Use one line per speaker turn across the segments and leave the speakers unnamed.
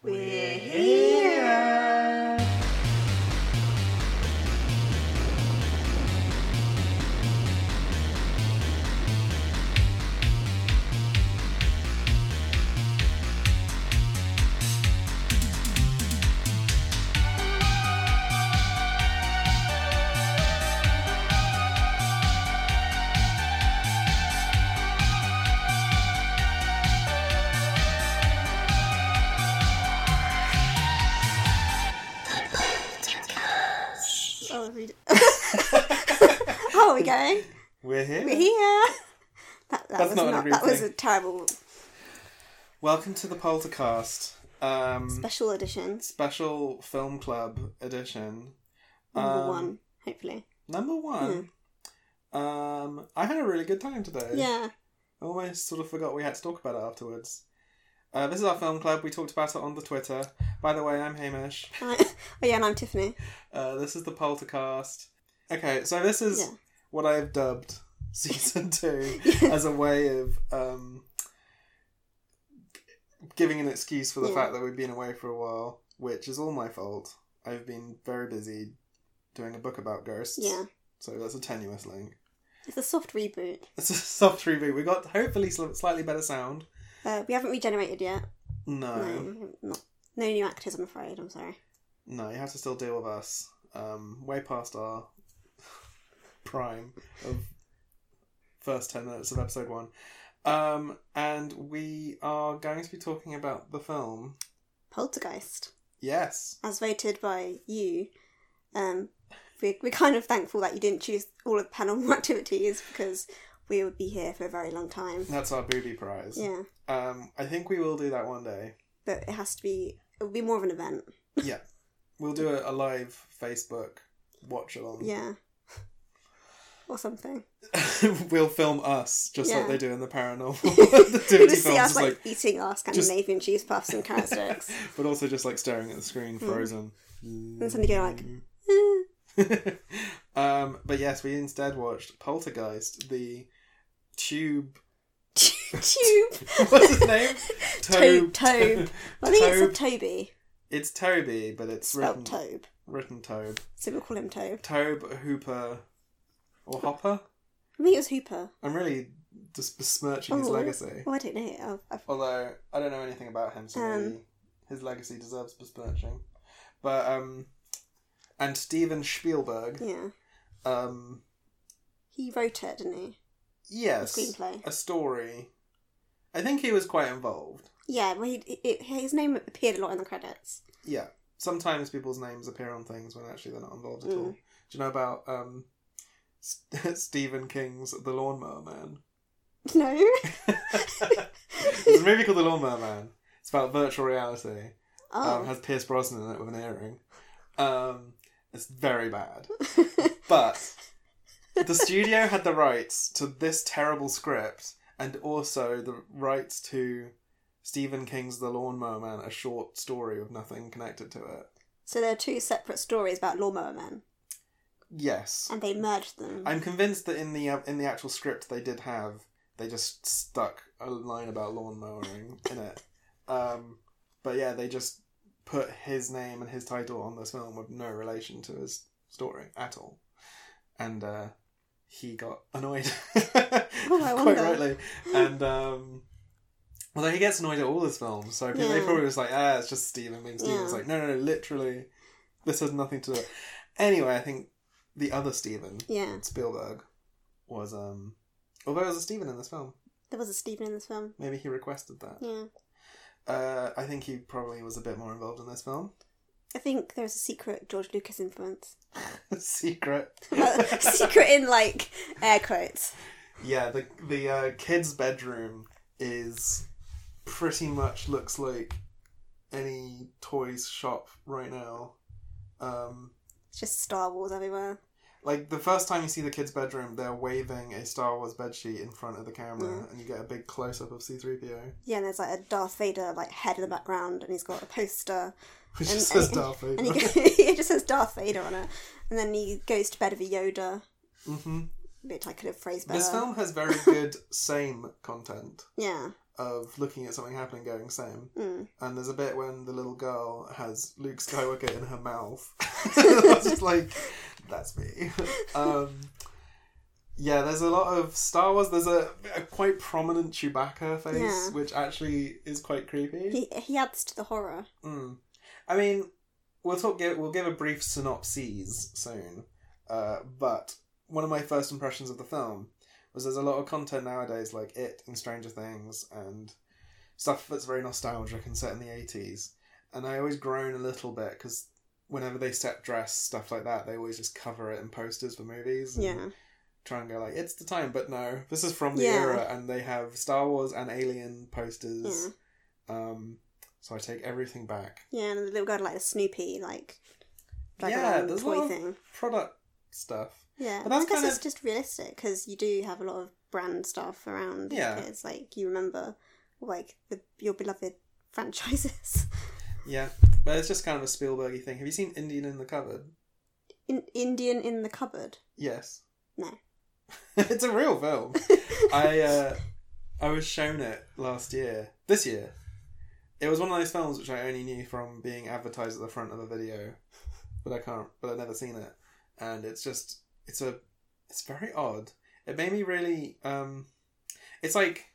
We're here. Oh, read it. How are we going?
We're here.
We're here. That, that
That's not
was not,
an
that
everything.
was a terrible
Welcome to the Poltercast um,
special edition.
special film club edition.
Number
Um,
one, hopefully.
Number one. Um, I had a really good time today.
Yeah.
I almost sort of forgot we had to talk about it afterwards. Uh, this is our film club. We talked about it on the Twitter. By the way, I'm Hamish.
oh yeah, and I'm Tiffany.
Uh, this is the Poltercast. Okay, so this is
Yeah.
what I've dubbed season two as a way of um, g- giving an excuse for the
Yeah.
fact that we've been away for a while, which is all my fault. I've been very busy doing a book about ghosts.
Yeah.
So that's a tenuous link.
It's a soft reboot.
It's a soft reboot. We got hopefully sl- slightly better sound.
Uh, we haven't regenerated yet.
No,
No,
no,
not, no new actors, I'm afraid. I'm sorry.
you have to still deal with us. Um, way past our prime of first 10 minutes of episode one. Um, and we are going to be talking about the film.
Poltergeist,
Yes.
as voted by you. Um, we're, we're kind of thankful that you didn't choose all of paranormal activities because we would be here for a very long time.
That's our booby prize.
Yeah.
Um, I think we will do that one day.
but it has to be it would be more of an event
We'll do a, a live Facebook watch along.
yeah or something
we'll film us just like
Yeah.
they do in the paranormal.
you
activity
just see
films,
us
just
like,
like-
eating our scandinavian cheese puffs and carrot sticks
but also just like staring at the screen,
Mm.
frozen.
suddenly go like, Eh,
um, but yes, we instead watched Poltergeist, the tube.
tube
What's his name?
To-
Tobe.
Tobe. i think it's
Tobe.
a toby
It's Toby, but it's
spelled
written
tobe
written Tobe.
so we'll call him tobe
Tobe Hooper or Hopper.
i think it was hooper
I'm really just besmirching his
Oh.
legacy.
oh i don't know i I've,
Although I don't know anything about him, so
Um.
maybe his legacy deserves besmirching. But um, and Steven Spielberg.
yeah
Um,
he wrote it didn't he the
yes.
screenplay
a story. I think he was quite involved.
yeah well he, it, his name appeared a lot in the credits
Yeah. Sometimes people's names appear on things when actually they're not involved at
Mm.
all. Do you know about um, St- Stephen King's The Lawnmower Man?
no
There's a movie called The Lawnmower Man. It's about virtual reality. Um,
oh
has Pierce Brosnan in it with an earring. Um, it's very bad. But the studio had the rights to this terrible script and also the rights to Stephen King's The Lawnmower Man, a short story with nothing connected to it.
so there are two separate stories about lawnmower men
Yes.
and they merged them.
I'm convinced that in the uh, in the actual script they did have they just stuck a line about lawn mowing in it. Um, but yeah, they just put his name and his title on this film with no relation to his story at all, and uh, he got annoyed
Oh, I
quite
wonder.
rightly. And um, although he gets annoyed at all his films, so they
Yeah.
probably was like, ah, it's just Steven being Steven. It's
Yeah.
like, no, no, no, literally, this has nothing to do. with it." Anyway, I think the other Steven
yeah,
Spielberg was um although there was a Steven in this film.
there was a Stephen in this film.
Maybe he requested that.
Yeah,
Uh I think he probably was a bit more involved in this film.
I think there was a secret George Lucas influence.
Secret.
secret in like air quotes.
yeah, the the uh, kid's bedroom is pretty much looks like any toys shop right now. Um
It's just Star Wars everywhere.
like the first time you see the kid's bedroom, they're waving a Star Wars bedsheet in front of the camera,
Mm.
and you get a big close up of C three PO,
Yeah, and there's like a Darth Vader like head in the background, and he's got a poster,
which
And-
just says
and-
Darth Vader.
and he goes, it just says Darth Vader on it, and then he goes to bed with a Yoda,
hmm
which I could have phrased better.
This film has very good same content.
Yeah,
of looking at something happening going same.
Mm.
And there's a bit when the little girl has Luke Skywalker in her mouth. I was just like, that's me. Um, yeah, there's a lot of Star Wars. There's a, a quite prominent Chewbacca face,
Yeah.
which actually is quite creepy.
He, he adds to the horror.
Mm. I mean, we'll talk. Give, we'll give a brief synopsis soon. Uh, but one of my first impressions of the film was there's a lot of content nowadays like it and Stranger Things and stuff that's very nostalgic and set in the 80s. And I always groan a little bit because whenever they set dress stuff like that, they always just cover it in posters for movies. and
Yeah.
try and go like it's the time but no this is from the
Yeah.
era and they have star wars and alien posters
Yeah.
um so i take everything back
Yeah, and the little guy had, like a Snoopy, like, like
Yeah,
um,
there's a
toy
lot of-
thing.
product stuff
Yeah,
But that's
because
kind
it's
of-
just realistic. Because you do have a lot of brand stuff around.
Yeah.
it's like you remember, like the, your beloved franchises.
yeah but it's just kind of a spielbergy thing have you seen indian in the cupboard
In, Indian in the cupboard.
yes
No.
it's a real film i uh i was shown it last year this year it was one of those films which i only knew from being advertised at the front of a video but i can't but i've never seen it and it's just it's a it's very odd it made me really um it's like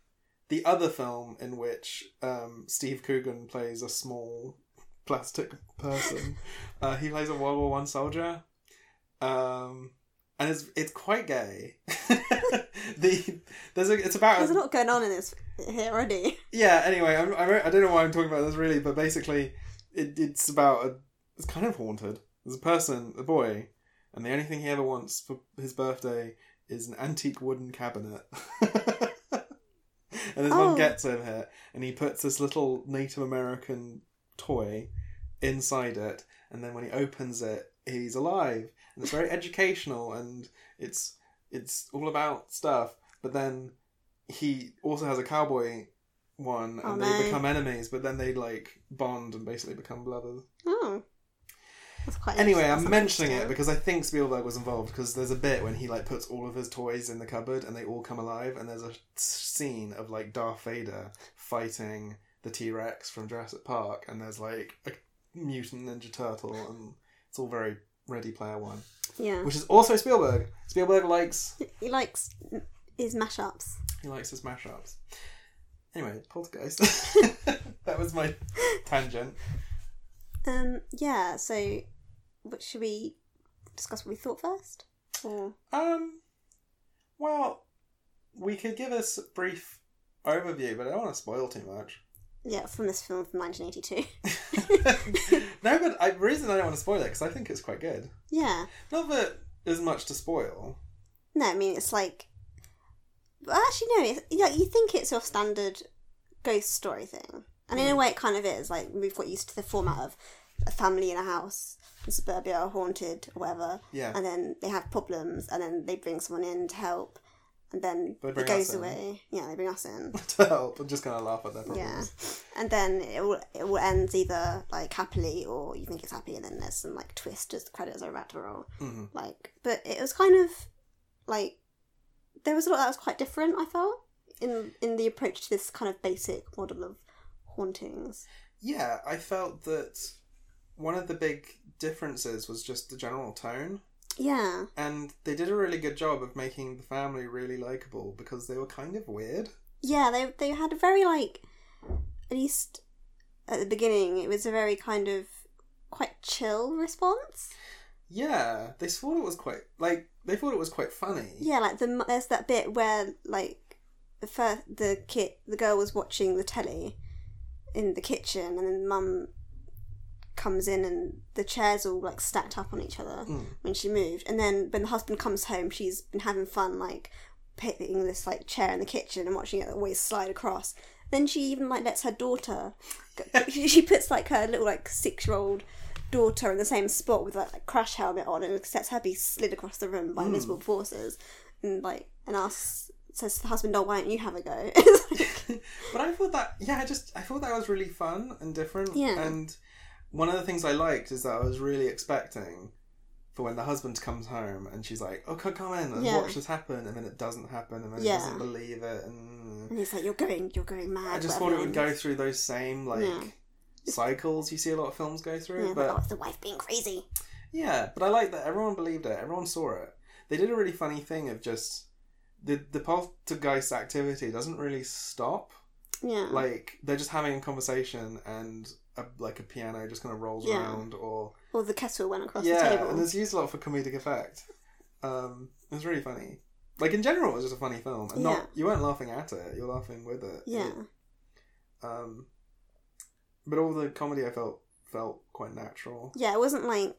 the other film in which um steve coogan plays a small plastic person uh he plays a world war one soldier um and it's it's quite gay the there's a it's about
There's a lot going on in this here already.
yeah anyway I'm, I, wrote- I don't know why i'm talking about this really but basically it, it's about a it's kind of haunted there's a person a boy and the only thing he ever wants for his birthday is an antique wooden cabinet and this
Oh.
one gets him here and he puts this little native american toy inside it and then when he opens it he's alive and it's very educational and it's it's all about stuff but then he also has a cowboy one and
Oh,
they
no.
become enemies but then they like bond and basically become lovers
Oh, that's quite.
anyway
interesting.
i'm
That's
mentioning it
interesting.
because i think spielberg was involved because there's a bit when he like puts all of his toys in the cupboard and they all come alive and there's a scene of like darth vader fighting the t-rex from jurassic park and there's like a mutant ninja turtle and it's all very ready player one
Yeah,
which is also spielberg spielberg likes
he likes his mashups.
he likes his mashups. Anyway, Poltergeist. that was my tangent.
Um, yeah. So, what, should we discuss what we thought first? Or
Um, well, we could give us a brief overview, but I don't want to spoil too much.
yeah, from this film from 1982.
no, but I, the reason I don't want to spoil it because I think it's quite good.
yeah.
Not that there's much to spoil.
No, I mean it's like. Well, actually, no. It's, yeah, you think it's your standard ghost story thing, and
Hmm.
in a way, it kind of is. Like we've got used to the format of a family in a house in suburbia, are haunted, or whatever,
Yeah,
and then they have problems, and then they bring someone in to help, and then
They
it
bring
goes
us in.
away. Yeah, they bring us in.
to help. I'm just gonna laugh at their
yeah,
problems.
and then it all it all ends either like happily, or you think it's happy, and then there's some like twist as the credits are about to roll
hmm
like but it was kind of like there was a lot that was quite different i felt in in the approach to this kind of basic model of hauntings
Yeah, I felt that one of the big differences was just the general tone.
yeah
and they did a really good job of making the family really likable because they were kind of weird.
yeah they they had a very like at least at the beginning it was a very kind of quite chill response
Yeah, they thought it was quite like they thought it was quite funny.
yeah like the mo- there's that bit where like the first the kid the girl was watching the telly in the kitchen and then mum comes in and the chairs all like stacked up on each other
Mm.
when she moved. And then when the husband comes home, she's been having fun, like picking this like chair in the kitchen and watching it always slide across. Then she even like lets her daughter. go- she she puts like her little like six year old daughter in the same spot with like a crash helmet on and lets her be slid across the room
Hmm.
by invisible forces, and like and asks says to the husband, "Oh, why don't you have a go?" It's like-
but I thought that yeah, I just I thought that was really fun and different.
Yeah.
And one of the things I liked is that I was really expecting for when the husband comes home and she's like, "Oh, co- come in and
Yeah.
watch this happen," and then it doesn't happen, and then
Yeah.
he doesn't believe it, and
And he's like, "You're going, you're going mad."
I just
whatever,
thought it would
and-
go through those same like
Yeah.
cycles you see a lot of films go through,
Yeah, but,
but
oh, it's the wife being crazy.
yeah, but I like that everyone believed it. Everyone saw it. They did a really funny thing of just the the poltergeist activity doesn't really stop.
Yeah.
Like they're just having a conversation and a, like a piano just kind of rolls
Yeah.
around or
or the kettle went across
yeah,
the table.
and it's used a lot for comedic effect. Um, it was really funny. Like in general, it was just a funny film, and
Yeah.
not you weren't laughing at it; you're laughing with it.
yeah.
Um, but all the comedy I felt felt quite natural.
Yeah, it wasn't like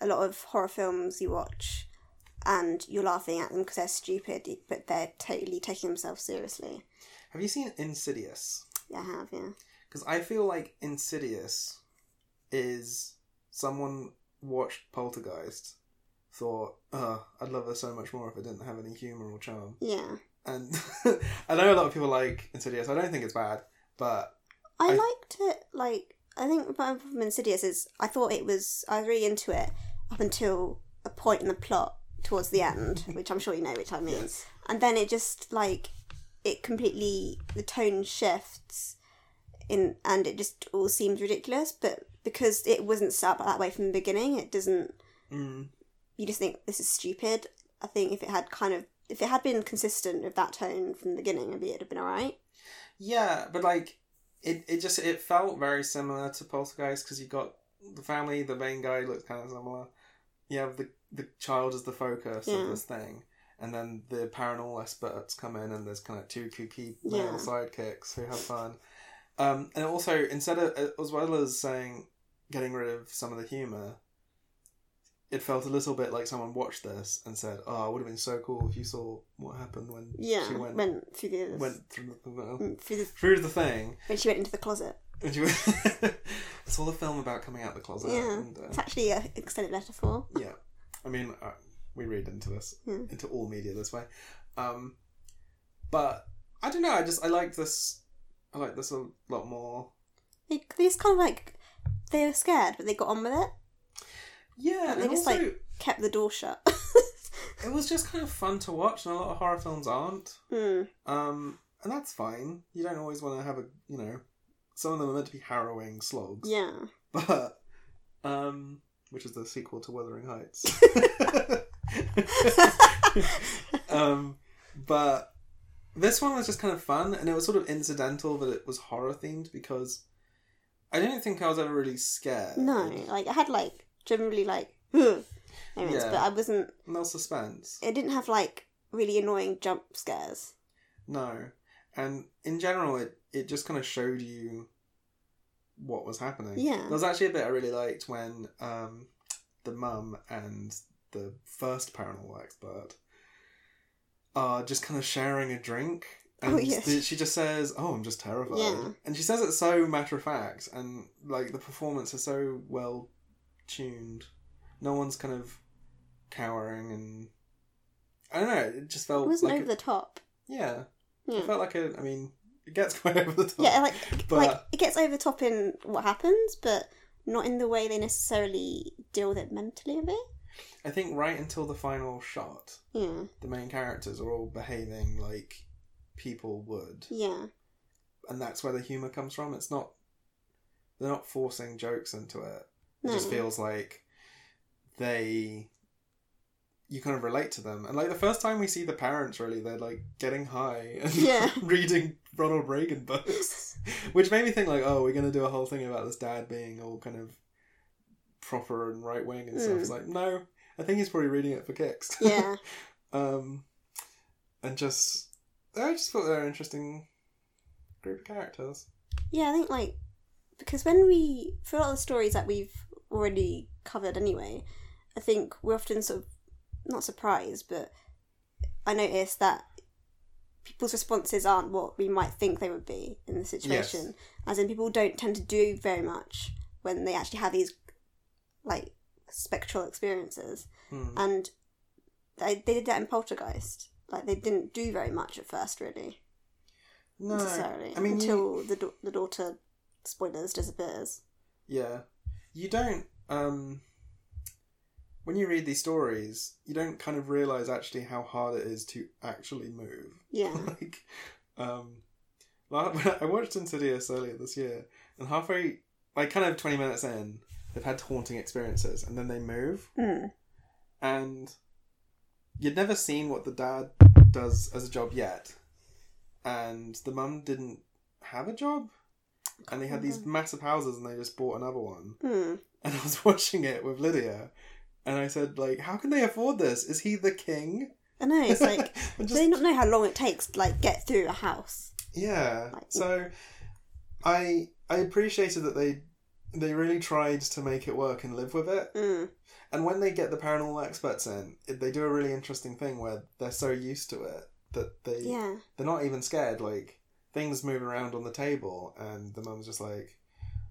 a lot of horror films you watch and you're laughing at them because they're stupid, but they're totally taking themselves seriously.
Have you seen Insidious?
Yeah, I have, yeah.
Because I feel like Insidious is someone watched Poltergeist, thought, "Ugh, I'd love this so much more if it didn't have any humor or charm."
Yeah.
And I know a lot of people like Insidious. I don't think it's bad, but
I,
I-
liked it, like, I think my problem with Insidious is I thought it was, I was really into it up until a point in the plot towards the end, which I'm sure you know which I mean. and then it just like it completely the tone shifts in and it just all seems ridiculous but because it wasn't set up that way from the beginning it doesn't
Mm.
you just think this is stupid i think if it had kind of if it had been consistent with that tone from the beginning maybe it'd have been all right
Yeah, but like it, it just it felt very similar to Poltergeist because you got the family, the main guy looks kind of similar. You have the the child as the focus
Yeah.
of this thing, and then the paranormal experts come in, and there's kind of two kooky male
Yeah.
sidekicks who have fun. Um, and also instead of as well as saying getting rid of some of the humor. It felt a little bit like someone watched this and said, "Oh, it would have been so cool if you saw what happened when
yeah
she
went,
went
through the
went through the,
mm, through the
through the thing."
when she went into the closet
Would you? it's all a film about coming out of the closet.
Yeah.
And,
it's
uh,
actually a extended metaphor
yeah. I mean, uh, we read into this,
Yeah.
into all media this way. Um, but I don't know. I just I like this. I like this a lot more.
they, they just kind of like they were scared but they got on with it
Yeah,
They
and
just,
also
kept the door shut
it was just kind of fun to watch, and a lot of horror films aren't.
Hmm.
Um, and that's fine. You don't always want to have a you know. Some of them are meant to be harrowing slogs.
yeah
but um, which is the sequel to Wuthering Heights. um, but this one was just kind of fun, and it was sort of incidental that it was horror themed because I don't think I was ever really scared.
No, like I had like generally like moments,
Yeah.
but I wasn't.
no suspense.
It didn't have like really annoying jump scares.
No, and in general, it it just kind of showed you what was happening.
Yeah.
there was actually a bit I really liked when um, the mum and the first paranormal expert are just kind of sharing a drink. And
Oh, yes.
th- she just says, "Oh, I'm just terrified,"
Yeah.
and she says it so matter of fact, and like the performance is so well tuned. No one's kind of cowering, and I don't know. It just
It
felt
wasn't
Oh, like
over
a-
the top.
yeah,
Yeah,
it felt like a. I mean, it gets quite over the top.
Hmm. yeah, like
oh. but
like it gets over the top in what happens, but not in the way they necessarily deal with it mentally. A bit.
I think right until the final shot,
Yeah,
the main characters are all behaving like people would,
yeah,
and that's where the humor comes from. It's not. They're not forcing jokes into it. It
no,
just feels like they. You kind of relate to them, and like the first time we see the parents, really, they're like getting high and
Yeah.
reading Ronald Reagan books, which made me think like, oh, we're gonna do a whole thing about this dad being all kind of proper and right wing and stuff.
Mm.
It's like, no, I think he's probably reading it for kicks.
yeah,
um, and just I just thought they were an interesting group of characters.
yeah. I think like because when we for a lot of the stories that we've already covered anyway, I think we're often sort of not surprised, but I noticed that people's responses aren't what we might think they would be in the situation. As in, people don't tend to do very much when they actually have these like spectral experiences,
Hmm.
and they they did that in Poltergeist. Like they didn't do very much at first, really,
No,
necessarily,
I mean you-
until the da- the daughter spoilers disappears.
Yeah. You don't um when you read these stories, you don't kind of realize actually how hard it is to actually move.
Yeah.
like, um, la- I watched Insidious earlier this year, and halfway, like, kind of twenty minutes in, they've had haunting experiences, and then they move,
Mm.
and you'd never seen what the dad does as a job yet, and the mum didn't have a job, and they had these massive houses, and they just bought another one
Mm.
and I was watching it with Lydia, and I said, like, how can they afford this? Is he the king?
I know. It's like
And
do they not know how long it takes to like get through a house?
yeah.
Like-
So, I I appreciated that they they really tried to make it work and live with it.
Mm.
And when they get the paranormal experts in, it- they do a really interesting thing where they're so used to it that they
Yeah.
they're not even scared. Like things move around on the table, and the mum's just like,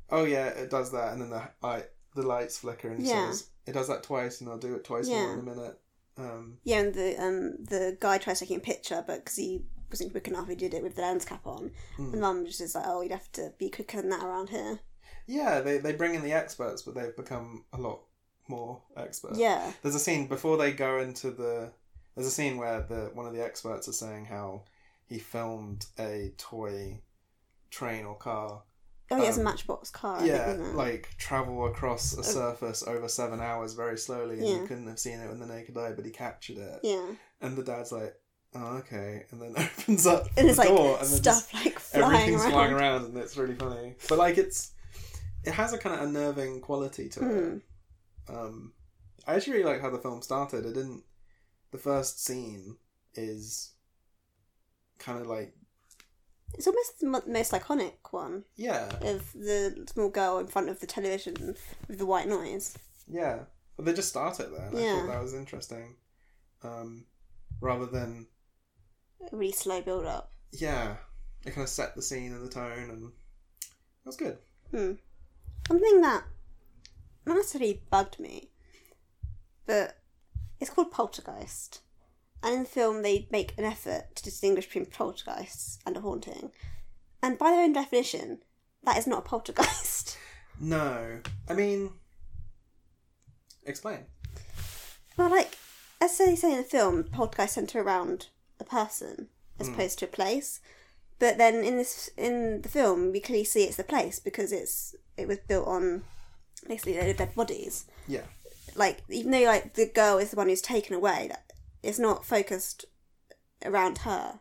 "Oh yeah, it does that," and then the I, the lights flicker and she
Yeah.
says, "It does that twice, and I'll do it twice more
Yeah.
in a minute." Um,
Yeah, and the um the guy tries taking a picture, but because he wasn't quick enough, he did it with the lens cap on.
Mm.
The mum just is like, "Oh, you'd have to be quicker than that around here."
yeah, they they bring in the experts, but they've become a lot more expert.
yeah,
There's a scene before they go into the. There's a scene where the one of the experts is saying how he filmed a toy train or car
oh, he has a
um,
matchbox car. I
yeah,
think, wasn't it?
like travel across a surface over seven hours very slowly, and you
Yeah.
couldn't have seen it with the naked eye, but he captured it.
yeah,
And the dad's like, "Oh, okay," and then opens up
and
the
it's like
door, and then
stuff like
just
flying
everything's
around.
flying around, and it's really funny. But like, it's it has a kind of unnerving quality to
Mm.
it. Um, I actually really like how the film started. It didn't. The first scene is kind of like
It's almost the mo- most iconic one
yeah,
of the small girl in front of the television with the white noise.
Yeah, but they just start it there. And I
Yeah.
thought that was interesting. Um, rather than
A really slow build up.
yeah, it kind of set the scene and the tone, and that's good.
Something that not necessarily bugged me, but it's called Poltergeist. And in the film, they make an effort to distinguish between poltergeists and a haunting. And by their own definition, that is not a poltergeist.
No, I mean, explain.
Well, like, as they say in the film, poltergeist centre around a person as opposed to a place. But then in this in the film, we clearly see it's the place because it's it was built on basically a load of dead bodies.
Yeah,
Like even though like the girl is the one who's taken away, that it's not focused around her.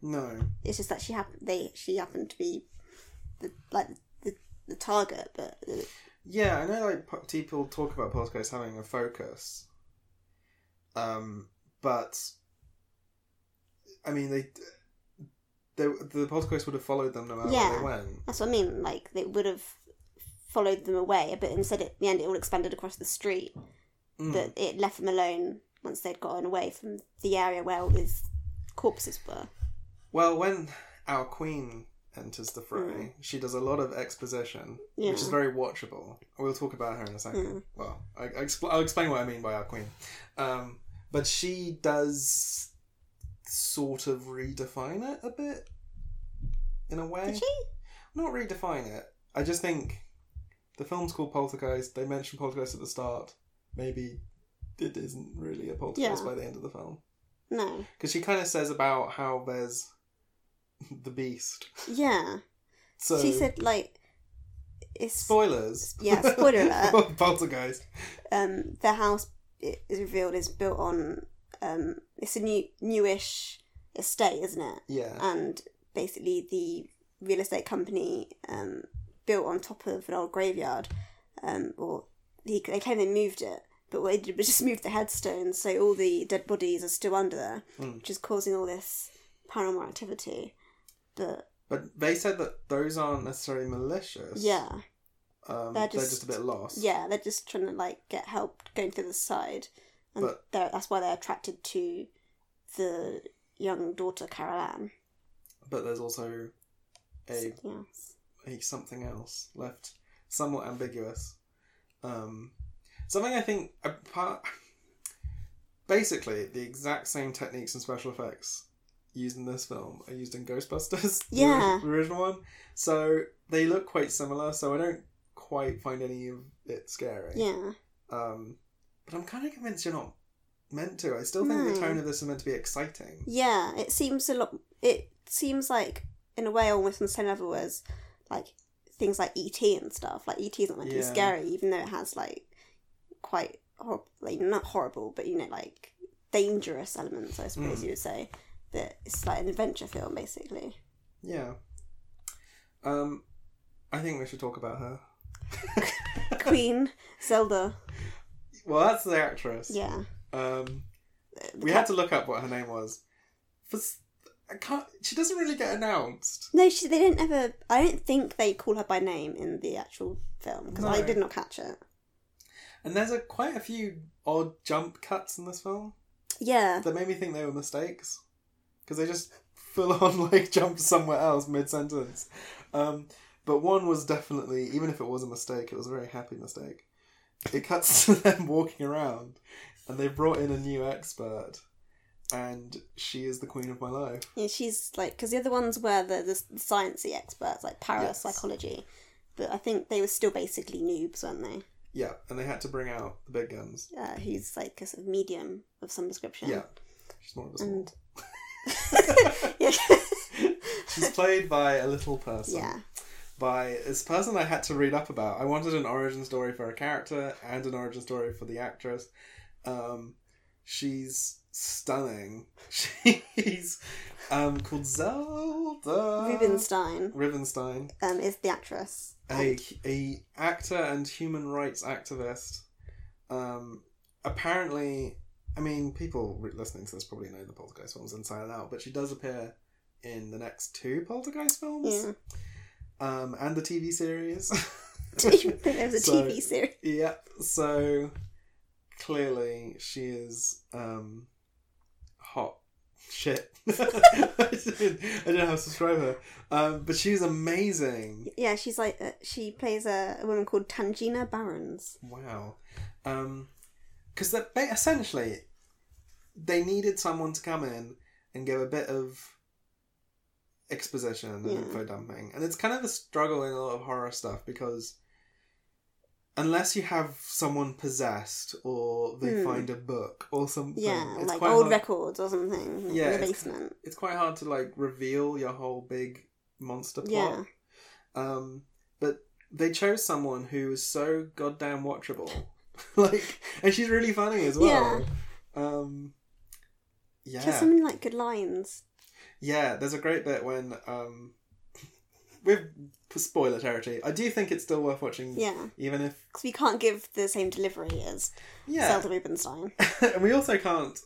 no,
It's just that she happened they she happened to be the like the, the target. But
yeah, I know. Like po- people talk about podcasts having a focus, um, but I mean they. they the podcast would have followed them no matter where
Yeah.
they went.
that's what I mean. Like they would have followed them away, but instead at the end it all expanded across the street.
Mm.
that it left them alone once they'd gotten away from the area where all these corpses were.
Well, when our queen enters the fray, she does a lot of exposition,
Mm. Yeah. Mm.
which is very watchable. We'll talk about her in a second. Well, I, I expl- I'll explain what I mean by our queen. Um, but she does sort of redefine it a bit, in a way.
Did she?
Not redefine it. I just think the film's called Poltergeist. They mention Poltergeist at the start. Maybe it isn't really a poltergeist
Yeah.
by the end of the film.
No.
Because she kind of says about how there's the beast.
Yeah.
So
she said like it's
spoilers.
Yeah, spoiler alert.
For Poltergeist.
um the house i- is revealed is built on um it's a new newish estate, isn't it?
Yeah,
And basically the real estate company um built on top of an old graveyard um or they they claim they moved it but what they did was just move the headstones so all the dead bodies are still under there
Mm.
which is causing all this paranormal activity. But
but they said that those aren't necessarily malicious.
yeah,
um, they're
they're
just,
just-
a bit lost.
yeah, they're just trying to like get help going through the side, and
But-
they're, that's why they're attracted to the young daughter Carol Ann.
but there's also a,
Something else.
a something else left, somewhat ambiguous. Um, something I think apart. Basically, the exact same techniques and special effects used in this film are used in Ghostbusters, the
Yeah.
ori- the original one. So they look quite similar. So I don't quite find any of it scary.
Yeah,
Um, But I'm kind of convinced you're not meant to. I still think the
No.
tone of this is meant to be exciting.
Yeah, it seems a lot. It seems like, in a way, almost on the same level as like things like ET and stuff. Like ET isn't meant to be
Yeah.
scary, even though it has like quite hor- like not horrible, but you know, like dangerous elements. I suppose
Mm.
you would say that it's like an adventure film, basically.
Yeah. Um, I think we should talk about her.
Queen Zelda.
Well, that's the actress.
Yeah.
Um,
The
we
cat-
had to look up what her name was. For, s- I can't. She doesn't really get announced.
No, she, they didn't ever. I don't think they call her by name in the actual film because I
No.
did not catch it.
And there's a quite a few odd jump cuts in this film
Yeah,
that made me think they were mistakes because they just full on like jumped somewhere else mid sentence. Um, but one was definitely, even if it was a mistake, it was a very happy mistake. It cuts to them walking around, and they brought in a new expert, and she is the queen of my life.
yeah. She's like because the other ones were the the, the sciencey experts like
Yes.
parapsychology, but I think they were still basically noobs, weren't they?
Yeah, and they had to bring out the big guns.
Uh, who's like a sort of medium of some description.
Yeah, she's more of a small.
And yeah,
She's played by a little person.
yeah.
By this person I had to read up about. I wanted an origin story for her character and an origin story for the actress. Um, she's stunning. She's um, called Zelda
Rubinstein
Rivenstein,
um, is the actress.
a, a actor and human rights activist. Um, apparently, I mean, people re- listening to this probably know the Poltergeist films inside and out, but she does appear in the next two Poltergeist films
Yeah,
um, and the TV series.
there was a
So-
TV series.
yeah, so clearly she is um, hot shit. I didn't- I don't know how to describe her, um, but she's amazing.
Yeah, she's like uh, she plays a, a woman called Tangina Barons.
Wow, because that ba- essentially they needed someone to come in and give a bit of exposition and
Yeah.
info dumping, and it's kind of a struggle in a lot of horror stuff because unless you have someone possessed or they
Hmm.
find a book or something,
Yeah,
it's
like
quite
old
hard,
records or something like,
Yeah,
in the
it's-
basement.
it's quite hard to like reveal your whole big monster plot. Um, but they chose someone who was so goddamn watchable. like, and she's really funny as well. Um,
She has
yeah.
so many like good lines.
Yeah, there's a great bit when, um, with spoiler territory, I do think it's still worth watching,
Yeah,
even if,
because we can't give the same delivery as
yeah.
Zelda Rubinstein.
and we also can't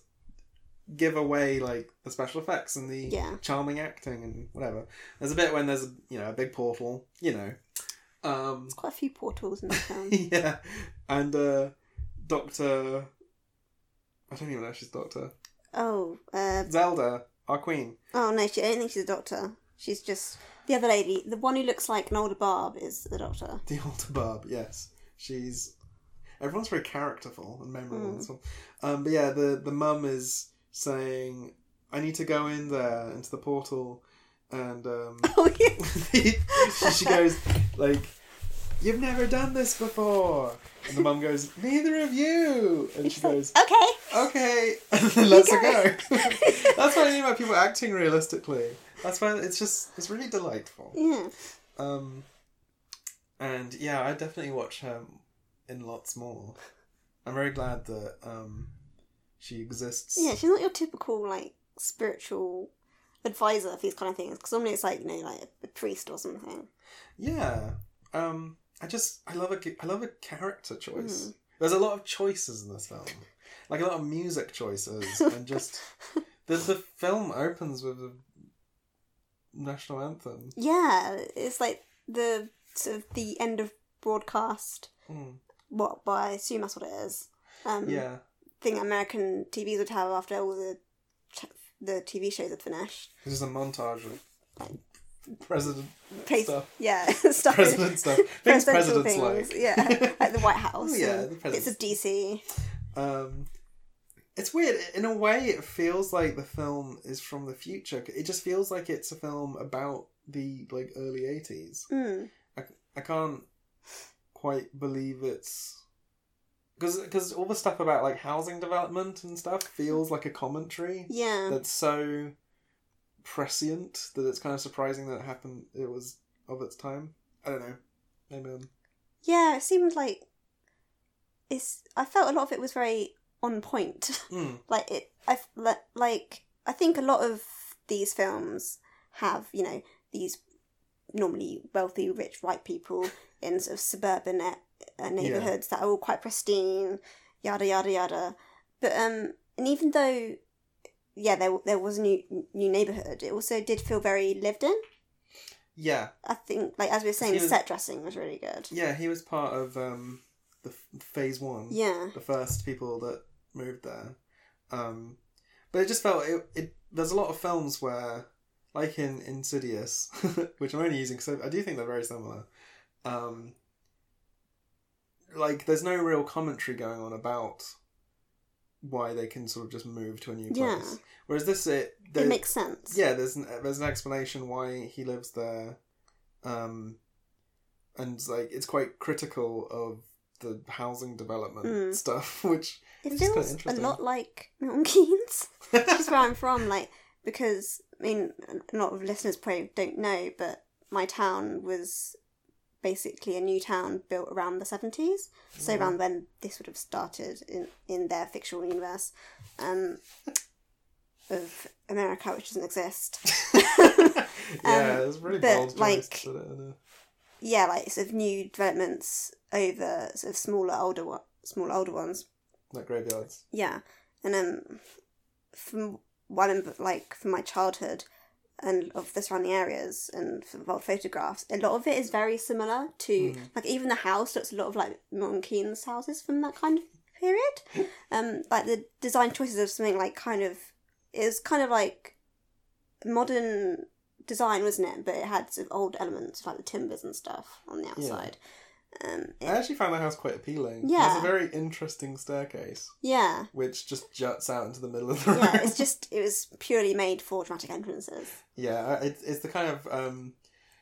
give away, like, the special effects and the
Yeah.
charming acting and whatever. There's a bit when there's, you know, a big portal, you know. Um,
There's quite a few portals in the film.
yeah, and uh, Doctor. I don't even know if she's Doctor
oh, uh,
Zelda, our queen.
oh no, she, I don't think she's a doctor. She's just the other lady, the one who looks like an older Barb, is the doctor.
The older Barb, yes, she's. Everyone's very characterful and memorable in this one. Um, but yeah, the the mum is saying, "I need to go in there into the portal," and um,
Oh yeah,
she, she goes like, "You've never done this before," and the mum goes, "Neither of you," and she goes,
okay.
okay, let's
You
go.
go.
That's what I mean by people acting realistically. That's why it's just it's really delightful.
Yeah,
Um, and yeah, I definitely watch her in lots more. I'm very glad that um, she exists.
yeah. She's not your typical like spiritual advisor for these kind of things. Because normally it's like you know like a priest or something.
Yeah. Um, I just I love a I love a character choice.
Hmm.
There's a lot of choices in this film, like a lot of music choices, and just the the film opens with the national anthem.
Yeah, it's like the sort of the end of broadcast.
Mm,
What? Well, I assume that's what it is. Um,
Yeah,
thing American TVs would have after all the ch- the TV shows had finished.
it's just a montage of president
Place-
stuff,
Yeah, stuff.
president stuff, things
presidential
presidents like.
Yeah, like the White House.
Oh, yeah,
and
the presidents.
Bits of DC.
Um, it's weird. In a way, it feels like the film is from the future. It just feels like it's a film about the like early '80s.
Mm.
I can't quite believe it's because all the stuff about like housing development and stuff feels like a commentary
Yeah.
that's so prescient that it's kind of surprising that it happened. It was of its time. I don't know. Maybe I'm
Yeah, it seemed like it's. I felt a lot of it was very on point.
Mm,
like it, I like, like I think a lot of these films have you know these normally wealthy, rich, white people in sort of suburban uh, uh, neighborhoods that are all quite pristine, yada yada yada. But um, and even though yeah, there there was a new new neighborhood, it also did feel very lived in.
yeah,
I think, like as we were saying, the
Yeah.
set dressing was really good.
yeah. He was part of um, the f- phase one.
Yeah.
the first people that moved there. Um, but it just felt it, it. There's a lot of films where, like in Insidious, which I'm only using because I, I do think they're very similar. Um, like there's no real commentary going on about why they can sort of just move to a new place.
Yeah.
Whereas this, it, there-
it makes sense.
yeah, there's an, there's an explanation why he lives there, um, and like it's quite critical of the housing development
Mm.
stuff, which
It
It's just
feels a
quite
lot like Milton Keynes, which is where I'm from. Like because I mean, a lot of listeners probably don't know, but my town was basically a new town built around the 70s, so
Mm.
around when this would have started in in their fictional universe um, of America, which doesn't exist.
yeah, it's really
Um, but,
bold uh, choice
like,
to put it in a-
yeah, like sort of new developments over sort of smaller, older, one, smaller, older ones.
like graveyards.
Yeah, and um, from what I'm like from my childhood and of the surrounding areas and from old photographs, a lot of it is very similar to
Mm.
like even the house looks a lot of like Milton Keynes houses from that kind of period. um, like the design choices of something like kind of is kind of like modern design, wasn't it? But it had sort of old elements like the timbers and stuff on the outside. Um,
I
it-
actually found the house quite appealing.
Yeah.
it's a very interesting staircase
yeah.
which just juts out into the middle of the room.
yeah, it's just it was purely made for dramatic entrances.
Yeah, it's it's the kind of um,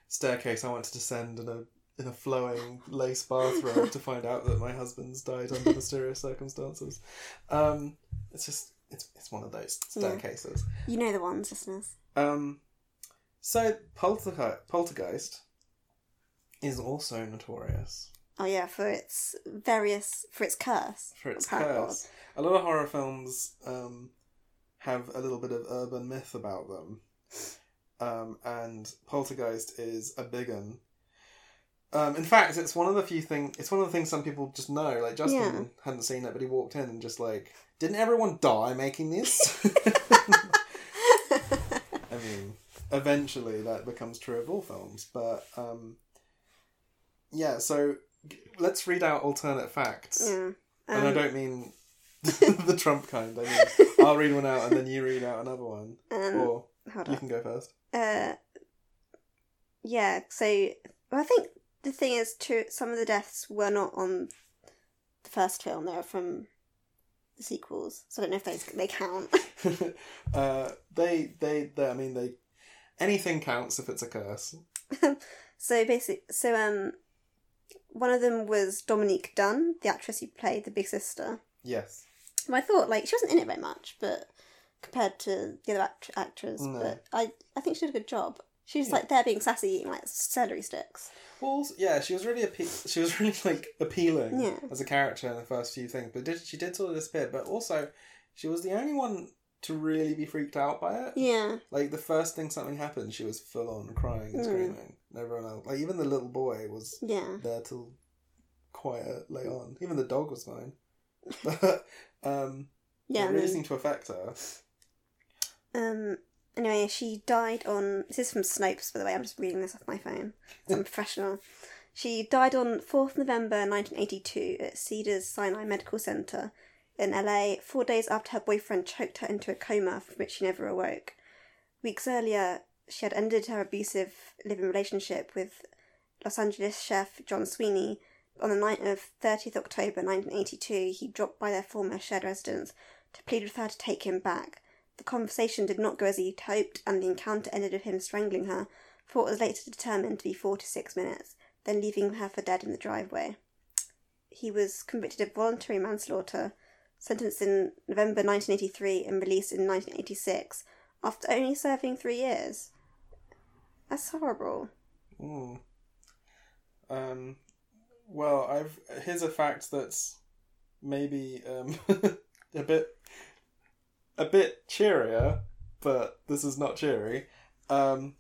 staircase I want to descend in a in a flowing lace bathrobe to find out that my husband's died under mysterious circumstances. Um, it's just it's it's one of those staircases.
You know the ones, listeners.
Um, so poltergeist, poltergeist is also notorious
Oh yeah, for its various for its curse.
for its
Apparently.
curse. A lot of horror films um, have a little bit of urban myth about them, um, and Poltergeist is a big one. Um, in fact, it's one of the few thing. It's one of the things some people just know. Like Justin
Yeah.
hadn't seen it, but he walked in and just like, didn't everyone die making this? I mean, eventually that becomes true of all films, but um, yeah. So g- let's read out alternate facts.
yeah.
and I
Um,
don't mean the Trump kind. I mean, I'll read one out and then you read out another one.
um,
or
hold
you
on.
can go first.
Uh, yeah. So well, I think the thing is, too, some of the deaths were not on the first film; they were from the sequels. So I don't know if they they count.
uh, they, they, they, I mean, they. Anything counts if it's a curse.
So basic. so um, one of them was Dominique Dunn, the actress who played the big sister.
Yes.
And I thought like she wasn't in it very much, but compared to the other act- actors,
No.
but I I think she did a good job. She was
Yeah.
like there being sassy, eating like celery sticks.
Well, also- yeah, she was really appe- she was really like appealing
Yeah.
as a character in the first few things, but did, she did sort of disappear. But also, she was the only one to really be freaked out by it.
Yeah,
Like the first thing something happened, she was full on crying and
Mm.
screaming. And Everyone else, like even the little boy, was
yeah,
there till quite uh, late on. Even the dog was fine. But um,
yeah.
it
and
really
then-
seemed to affect her.
um. Anyway, she died on. This is from Snopes, by the way. I'm just reading this off my phone. So I'm professional. She died on 4th November 1982 at Cedars Sinai Medical Center in LA, four days after her boyfriend choked her into a coma from which she never awoke. Weeks earlier, she had ended her abusive living relationship with Los Angeles chef John Sweeney. On the night of 30th October 1982, he dropped by their former shared residence to plead with her to take him back. The conversation did not go as he'd hoped, and the encounter ended with him strangling her for what was later determined to be four to six minutes, then leaving her for dead in the driveway. he was convicted of voluntary manslaughter, sentenced in November 1983 and released in 1986 after only serving three years. That's horrible.
Ooh. Um, well, I've here's a fact that's maybe um, a bit a bit cheerier, but this is not cheery. Um,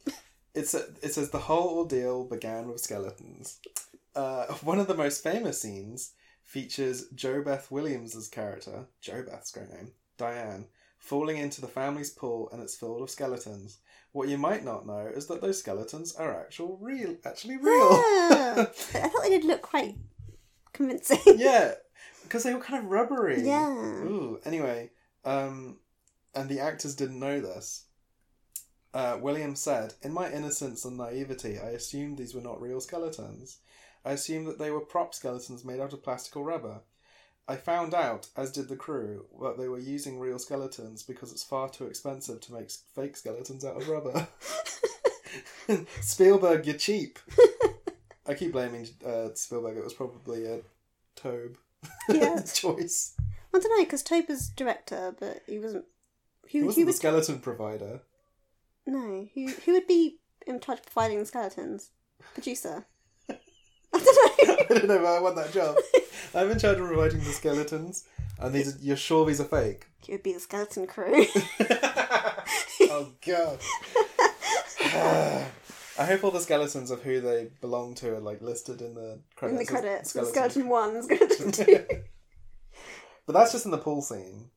it's a, it says the whole ordeal began with skeletons. Uh, one of the most famous scenes features Jo Beth Williams' character, Jo Beth's great name, Diane, falling into the family's pool and it's filled with skeletons. What you might not know is that those skeletons are actual real, actually real.
Ah, I thought they did look quite convincing.
yeah, because they were kind of rubbery.
Yeah.
Ooh. Anyway, um, and the actors didn't know this. Uh, Williams said, "In my innocence and naivety, I assumed these were not real skeletons. I assumed that they were prop skeletons made out of plastic or rubber. I found out, as did the crew, that they were using real skeletons because it's far too expensive to make s- fake skeletons out of rubber." Spielberg, you're cheap. I keep blaming uh, Spielberg. It was probably a Tobe
Yeah.
choice.
I don't know because Tober's director, but he wasn't. Who,
He
who
wasn't the
would
skeleton provider.
no? Who who would be in charge of providing the skeletons? Producer. I don't know.
I don't know, but I want that job. I'm in charge of providing the skeletons, and these are, you're sure these are fake?
It would be the skeleton crew.
oh god. I hope all the skeletons of who they belong to are like listed in the credits.
in the
as
credits.
skeletons.
Skeleton one, skeleton two.
but that's just in the pool scene.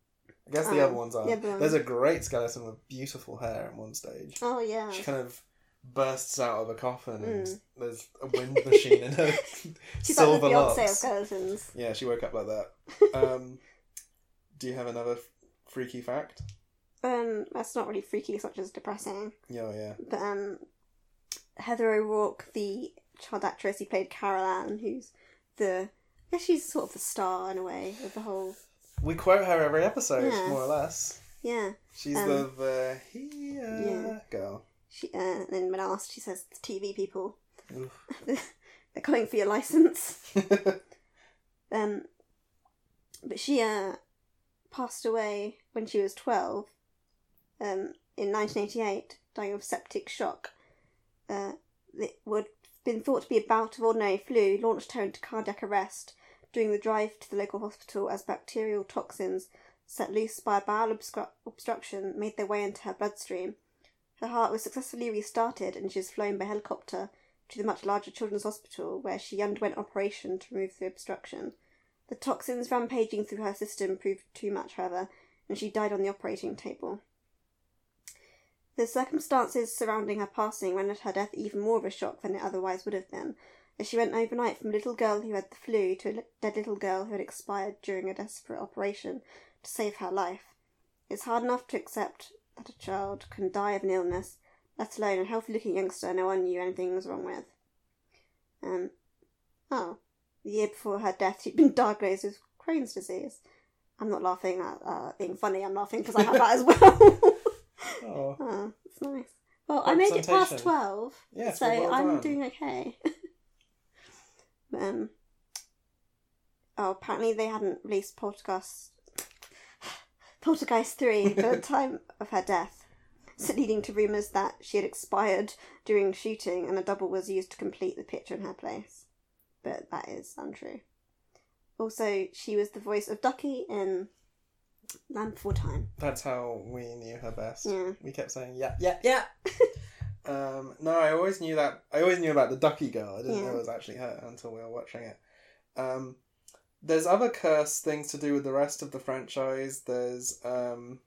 I guess the
Um,
other ones are.
the other ones.
There's a great skeleton with beautiful hair in one stage.
oh yeah.
She kind of bursts out of a coffin and
Mm.
there's a wind machine in her
She's like the
silver
Beyonce of
locks.
skeletons.
Yeah, she woke up like that. Um, do you have another f- freaky fact?
Um, that's not really freaky as much as depressing.
Yeah, oh, yeah.
But um, Heather O'Rourke, the child actress who played Carol Ann, who's the I guess she's sort of the star in a way of the whole.
We quote her every episode,
Yeah.
more or less.
Yeah.
She's
Um,
the, the here girl.
She uh, and then when asked, she says, "The TV people,
Oof.
they're coming for your license." Um, but she uh, passed away when she was 12 um, in 1988, dying of septic shock. Uh, it would been thought to be a bout of ordinary flu, launched her into cardiac arrest during the drive to the local hospital as bacterial toxins set loose by a bowel obstru- obstruction made their way into her bloodstream. Her heart was successfully restarted and she was flown by helicopter to the much larger children's hospital where she underwent operation to remove the obstruction. The toxins rampaging through her system proved too much, however, and she died on the operating table. The circumstances surrounding her passing rendered her death even more of a shock than it otherwise would have been, as she went overnight from a little girl who had the flu to a li- dead little girl who had expired during a desperate operation to save her life. It's hard enough to accept that a child can die of an illness, let alone a healthy looking youngster no one knew anything was wrong with. Um, oh, the year before her death, she'd been diagnosed with Crohn's disease. I'm not laughing at uh, being funny, I'm laughing because I have that as well.
oh,
Oh, that's nice. Well, I made it past
Representation.
12,
yes,
so
well, well
I'm
done.
doing okay. um, oh, apparently they hadn't released Poltergeist, Poltergeist 3 by the time of her death, so leading to rumours that she had expired during shooting and a double was used to complete the picture in her place. But that is untrue. Also, she was the voice of Ducky in Land Before Time.
That's how we knew her best.
Yeah.
We kept saying, yeah, yeah, yeah. um, no, I always knew that. I always knew about the ducky girl. I didn't
Yeah.
know it was actually her until we were watching it. Um, there's other curse things to do with the rest of the franchise. There's um,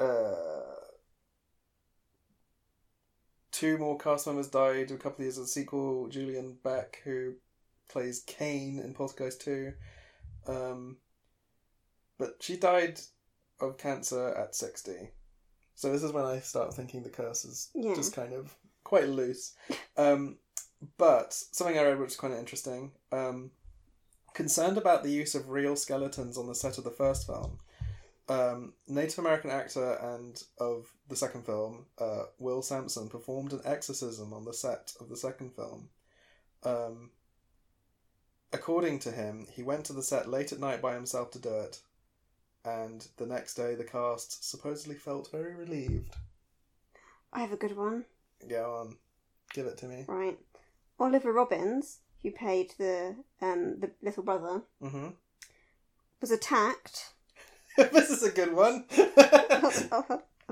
uh, two more cast members died a couple of years of the sequel. Julian Beck, who plays Kane in Poltergeist Two, um, but she died of cancer at sixty. So this is when I start thinking the curse is
Yeah.
just kind of quite loose. Um, but something I read which is kind of interesting. Um, concerned about the use of real skeletons on the set of the first film, um, Native American actor and of the second film, uh, Will Sampson performed an exorcism on the set of the second film. Um, According to him, he went to the set late at night by himself to do it, and the next day the cast supposedly felt very relieved.
I have a good one.
Go on, give it to me.
Right. Oliver Robbins, who played the um the little brother,
hmm
was attacked.
this is a good one.
I've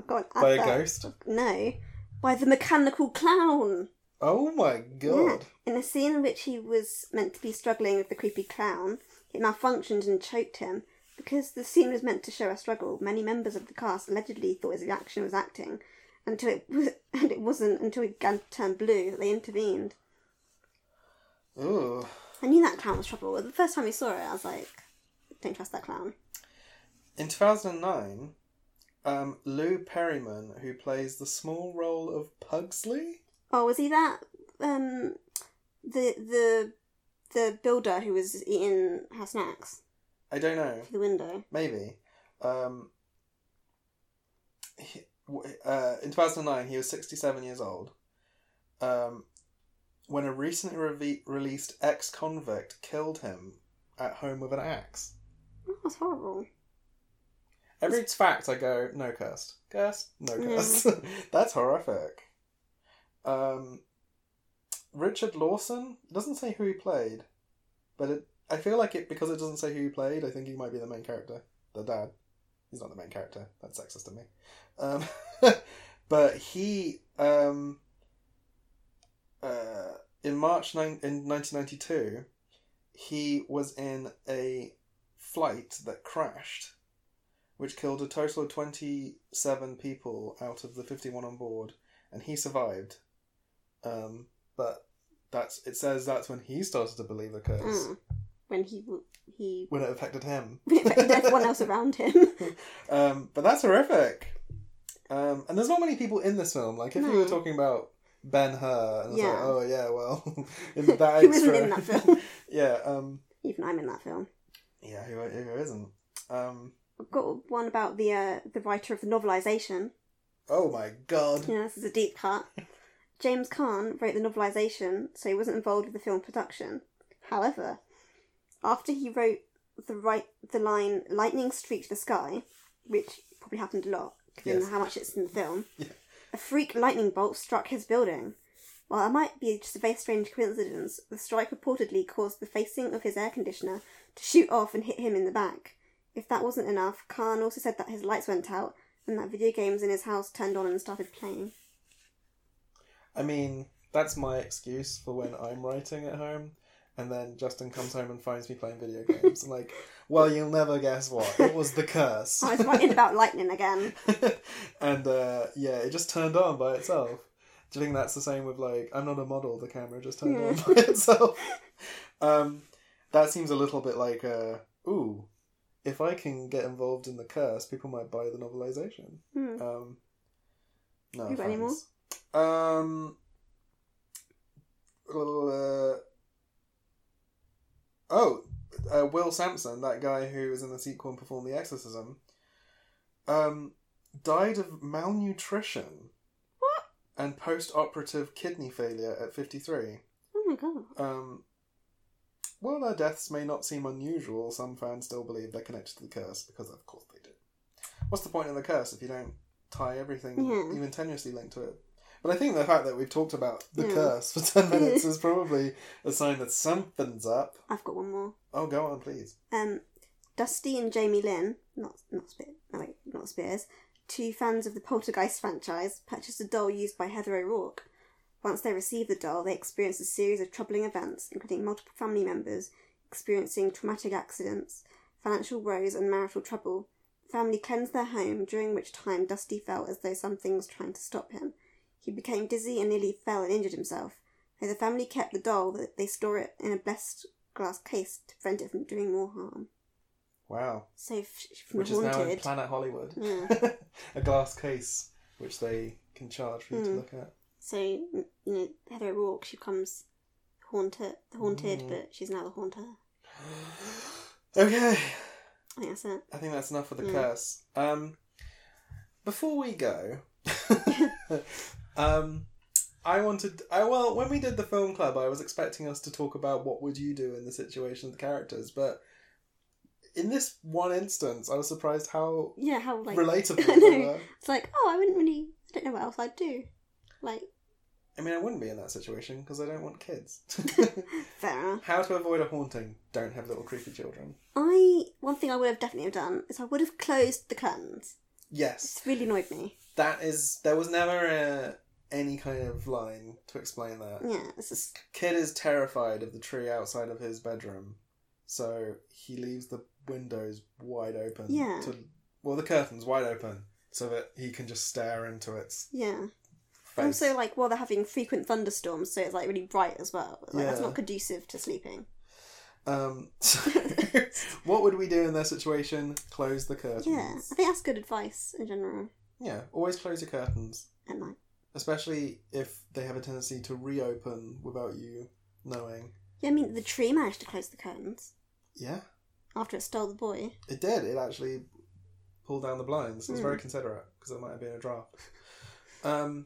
got an
by a
advert.
ghost.
No, by the mechanical clown.
Oh my god.
In a scene in which he was meant to be struggling with the creepy clown, it malfunctioned and choked him. Because the scene was meant to show a struggle, many members of the cast allegedly thought his reaction was acting, until it was, and it wasn't until he began to turn blue that they intervened.
Ooh.
I knew that clown was trouble. The first time we saw it, I was like, "Don't trust that clown."
In 2009, um, Lou Perryman, who plays the small role of Pugsley,
Oh, was he that um the the the builder who was eating her snacks
I don't know,
through the window?
maybe. Um, he, w- uh, in 2009, he was 67 years old. Um, when a recently reve- released ex convict killed him at home with an axe.
That was Oh, horrible.
Every fact I go, no cursed. Cursed? No cursed. That's horrific. Um, Richard Lawson it doesn't say who he played, but it, I feel like it because it doesn't say who he played. I think he might be the main character, the dad. He's not the main character. That's sexist of me. Um, but he, um, uh, in March nine in 1992, he was in a flight that crashed which killed a total of 27 people out of the 51 on board, and he survived. Um, but that's it says that's when he started to believe the curse,
Mm. When he w- he
when it affected him.
when it affected everyone else around him.
Um, but that's horrific. Um, and there's not many people in this film. Like if we
No.
were talking about Ben Hur, and it's like,
Hmm. Yeah.
oh yeah, well, in that
He wasn't
extra-
in that film.
yeah, um,
Even I'm in that film.
yeah, who, who isn't? Um,
I've got one about the uh, the writer of the novelisation.
oh my god.
Yeah, this is a deep cut. James Kahn wrote the novelisation, so he wasn't involved with the film production. However, after he wrote the right the line "lightning streaked the sky," which probably happened a lot given
Yes.
how much it's in the film,
Yeah.
a freak lightning bolt struck his building. While it might be just a very strange coincidence, the strike reportedly caused the facing of his air conditioner to shoot off and hit him in the back. If that wasn't enough, Khan also said that his lights went out and that video games in his house turned on and started playing.
I mean, that's my excuse for when I'm writing at home, and then Justin comes home and finds me playing video games. I'm like, well, you'll never guess what. It was the curse.
I was writing about lightning again.
and uh, yeah, it just turned on by itself. Do you think that's the same with like I'm not a model? The camera just turned on by itself. Um, that seems a little bit like uh, ooh, if I can get involved in the curse, people might buy the novelization.
Hmm.
Um, no.
You got any more?
thanks. Um. uh, oh, uh, Will Sampson, that guy who was in the sequel and performed the exorcism, um, died of malnutrition.
What?
And post-operative kidney failure at fifty-three.
Oh my god.
Um, while their deaths may not seem unusual, some fans still believe they're connected to the curse because, of course, they do. What's the point of the curse if you don't tie everything
Yeah.
even tenuously linked to it? But I think the fact that we've talked about the
Yeah.
curse for ten minutes is probably a sign that something's up.
I've got one more.
Oh, go on, please.
Um, Dusty and Jamie Lynn, not not Spears, no, wait, not Spears, two fans of the Poltergeist franchise, purchased a doll used by Heather O'Rourke. Once they received the doll, they experienced a series of troubling events, including multiple family members experiencing traumatic accidents, financial woes, and marital trouble. The family cleansed their home, during which time Dusty felt as though something was trying to stop him. He became dizzy and nearly fell and injured himself. Though the family kept the doll, th- they store it in a blessed glass case to prevent it from doing more harm.
Wow,
So f- from
which
the
is now in
haunted.
Planet Hollywood,
Yeah.
a glass case which they can charge for you to
Mm.
look at.
so you know Heather O'Rourke, she comes haunted, the haunted,
Mm.
but she's now the haunter.
Okay,
I think that's it.
I think that's enough for the
Mm.
curse. Um, before we go, um, I wanted. I well, when we did the film club, I was expecting us to talk about what would you do in the situation of the characters, but in this one instance, I was surprised how
Yeah, how like
relatable
I know.
they were.
it's like, oh, I wouldn't really. I don't know what else I'd do. Like,
I mean, I wouldn't be in that situation because I don't want kids.
fair enough.
how to avoid a haunting? Don't have little creepy children.
I one thing I would have definitely have done is I would have closed the curtains.
Yes,
It's really annoyed me.
that is. There was never a, any kind of line to explain that.
Yeah, it's just
Kid is terrified of the tree outside of his bedroom, so he leaves the windows wide open.
Yeah.
To, well, the curtains wide open so that he can just stare into its
yeah.
face.
Also, like while they're having frequent thunderstorms, so it's like really bright as well. Like that's
Yeah.
not conducive to sleeping.
um, so what would we do in their situation? Close the curtains.
Yeah, I think that's good advice in general.
Yeah, always close your curtains,
And like,
especially if they have a tendency to reopen without you knowing.
yeah, I mean, the tree managed to close the curtains
Yeah,
after it stole the boy.
it did. It actually pulled down the blinds. It was
Hmm.
very considerate because there might have been a draft. Um,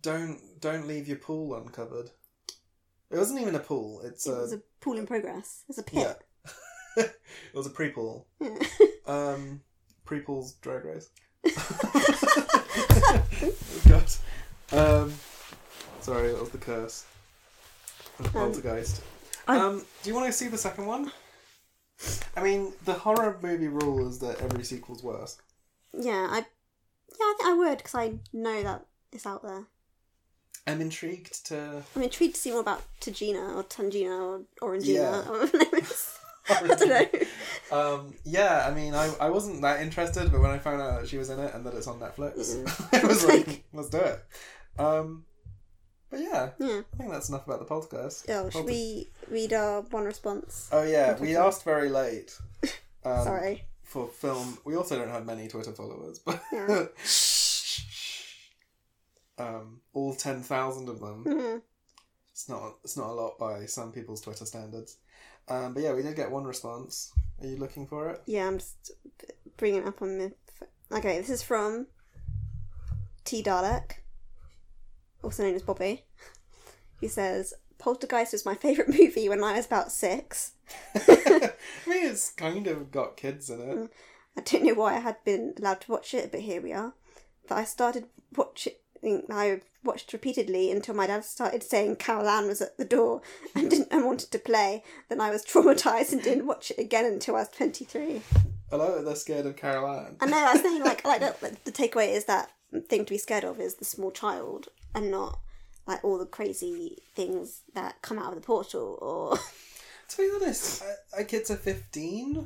don't don't leave your pool uncovered. It wasn't even a pool. It's
it
a
was a pool in progress. It was a
yeah.
pit.
it was a pre pool.
Yeah.
Um, pre pool's drag race.
I
God. Um, sorry, that was the curse. Poltergeist.
Um, I-
Um, do you want to see the second one? I mean, the horror movie rule is that every sequel's worse.
yeah, I yeah, I think I would because I know that it's out there.
I'm intrigued to.
I'm intrigued to see more about Tajina or Tangina or Orangina.
Yeah.
or whatever her name is. I don't know.
Um, yeah, I mean, I, I wasn't that interested, but when I found out that she was in it and that it's on Netflix, I was like, let's do it. Um, but yeah,
Yeah.
I think that's enough about the poltergeist.
Oh, should
Polter-
we read our one response?
Oh yeah, we asked very late. Um,
Sorry.
For film, we also don't have many Twitter followers, but
Yeah.
um, all ten thousand of them.
Mhm.
It's not. It's not a lot by some people's Twitter standards. Um, but yeah, we did get one response. Are you looking for it?
Yeah, I'm just b- bringing it up on my. ph- Okay, this is from T Dalek, also known as Bobby. He says, Poltergeist was my favourite movie when I was about six.
I mean, it's kind of got kids in it.
I don't know why I had been allowed to watch it, but here we are. That I started watching, I watched repeatedly until my dad started saying Carol Ann was at the door and didn't and wanted to play. Then I was traumatized and didn't watch it again until I was twenty three.
I like that they're scared of Caroline.
I know. I was thinking like like the, the takeaway is that thing to be scared of is the small child and not like all the crazy things that come out of the portal or
To be honest, I, I kids are fifteen,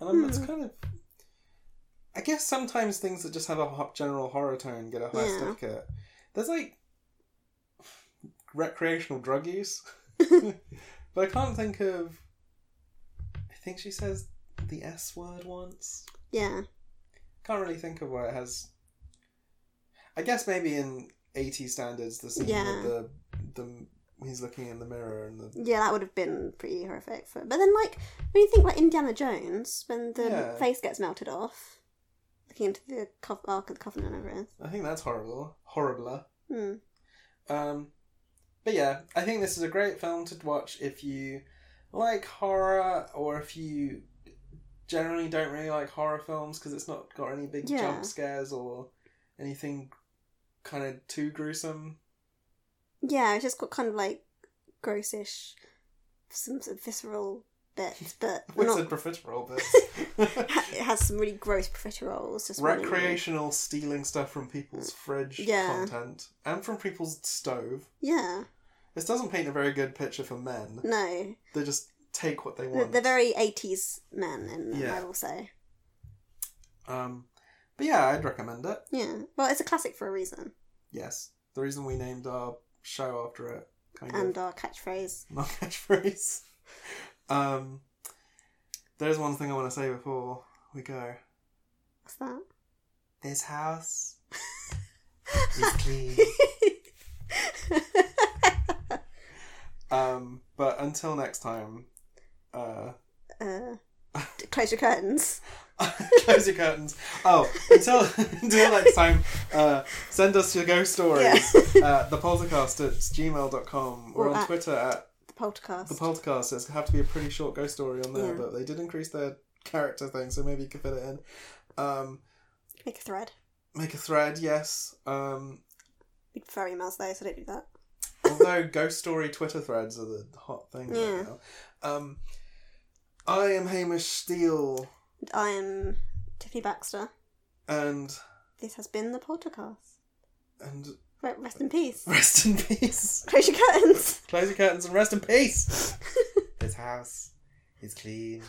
and I'm,
Hmm.
it's kind of. I guess sometimes things that just have a ho- general horror tone get a high
Yeah.
certificate. There's like recreational drug use, but I can't think of. I think she says the S word once.
yeah
Can't really think of where it has. I guess maybe in eighty standards, the scene
Yeah.
with the the he's looking in the mirror and the
Yeah, that would have been pretty horrific. For, but then, like, when you think like Indiana Jones, when the
Yeah.
face gets melted off, looking into the co- Ark of the Covenant, whatever it
I think that's horrible. Horribler.
is. Hmm.
Um, but yeah, I think this is a great film to watch if you like horror or if you generally don't really like horror films because it's not got any big
Yeah.
jump scares or anything kind of too gruesome.
Yeah, it's just got kind of like grossish, some sort of visceral bits, but
Which
not.
said profiterole bits.
ha- it has some really gross profiteroles. Just running-
Recreational stealing stuff from people's fridge
Yeah.
content and from people's stove.
Yeah.
This doesn't paint a very good picture for men.
No,
They just take what they
they're,
want.
they're very eighties men, and
Yeah.
I will say,
Um, but yeah, I'd recommend it.
yeah. Well, it's a classic for a reason,
Yes. The reason we named our show after it, kind
and
of,
our catchphrase.
not catchphrase. Um, there's one thing I want to say before we go.
What's that?
This house is clean. um, but until next time, uh,
uh, d- close your curtains.
Close your curtains. Oh, until until next time, uh, send us your ghost stories. Uh, the poltercast at gmail.com. We're
Or
on
at-
Twitter at
The Poltercast.
the poltercast. It's have to be a pretty short ghost story on there,
Yeah.
but they did increase their character thing, so maybe you can fit it in. Um,
Make a thread.
make a thread, yes. Um,
We prefer emails though, so don't do that.
Although ghost story Twitter threads are the hot thing
Yeah.
right now. Um, I am Hamish Steele,
And I am Tiffany Baxter.
and
This has been the Poltercast.
and
Re- Rest in peace.
rest in peace.
Close your curtains.
Close your curtains and rest in peace. this house is clean.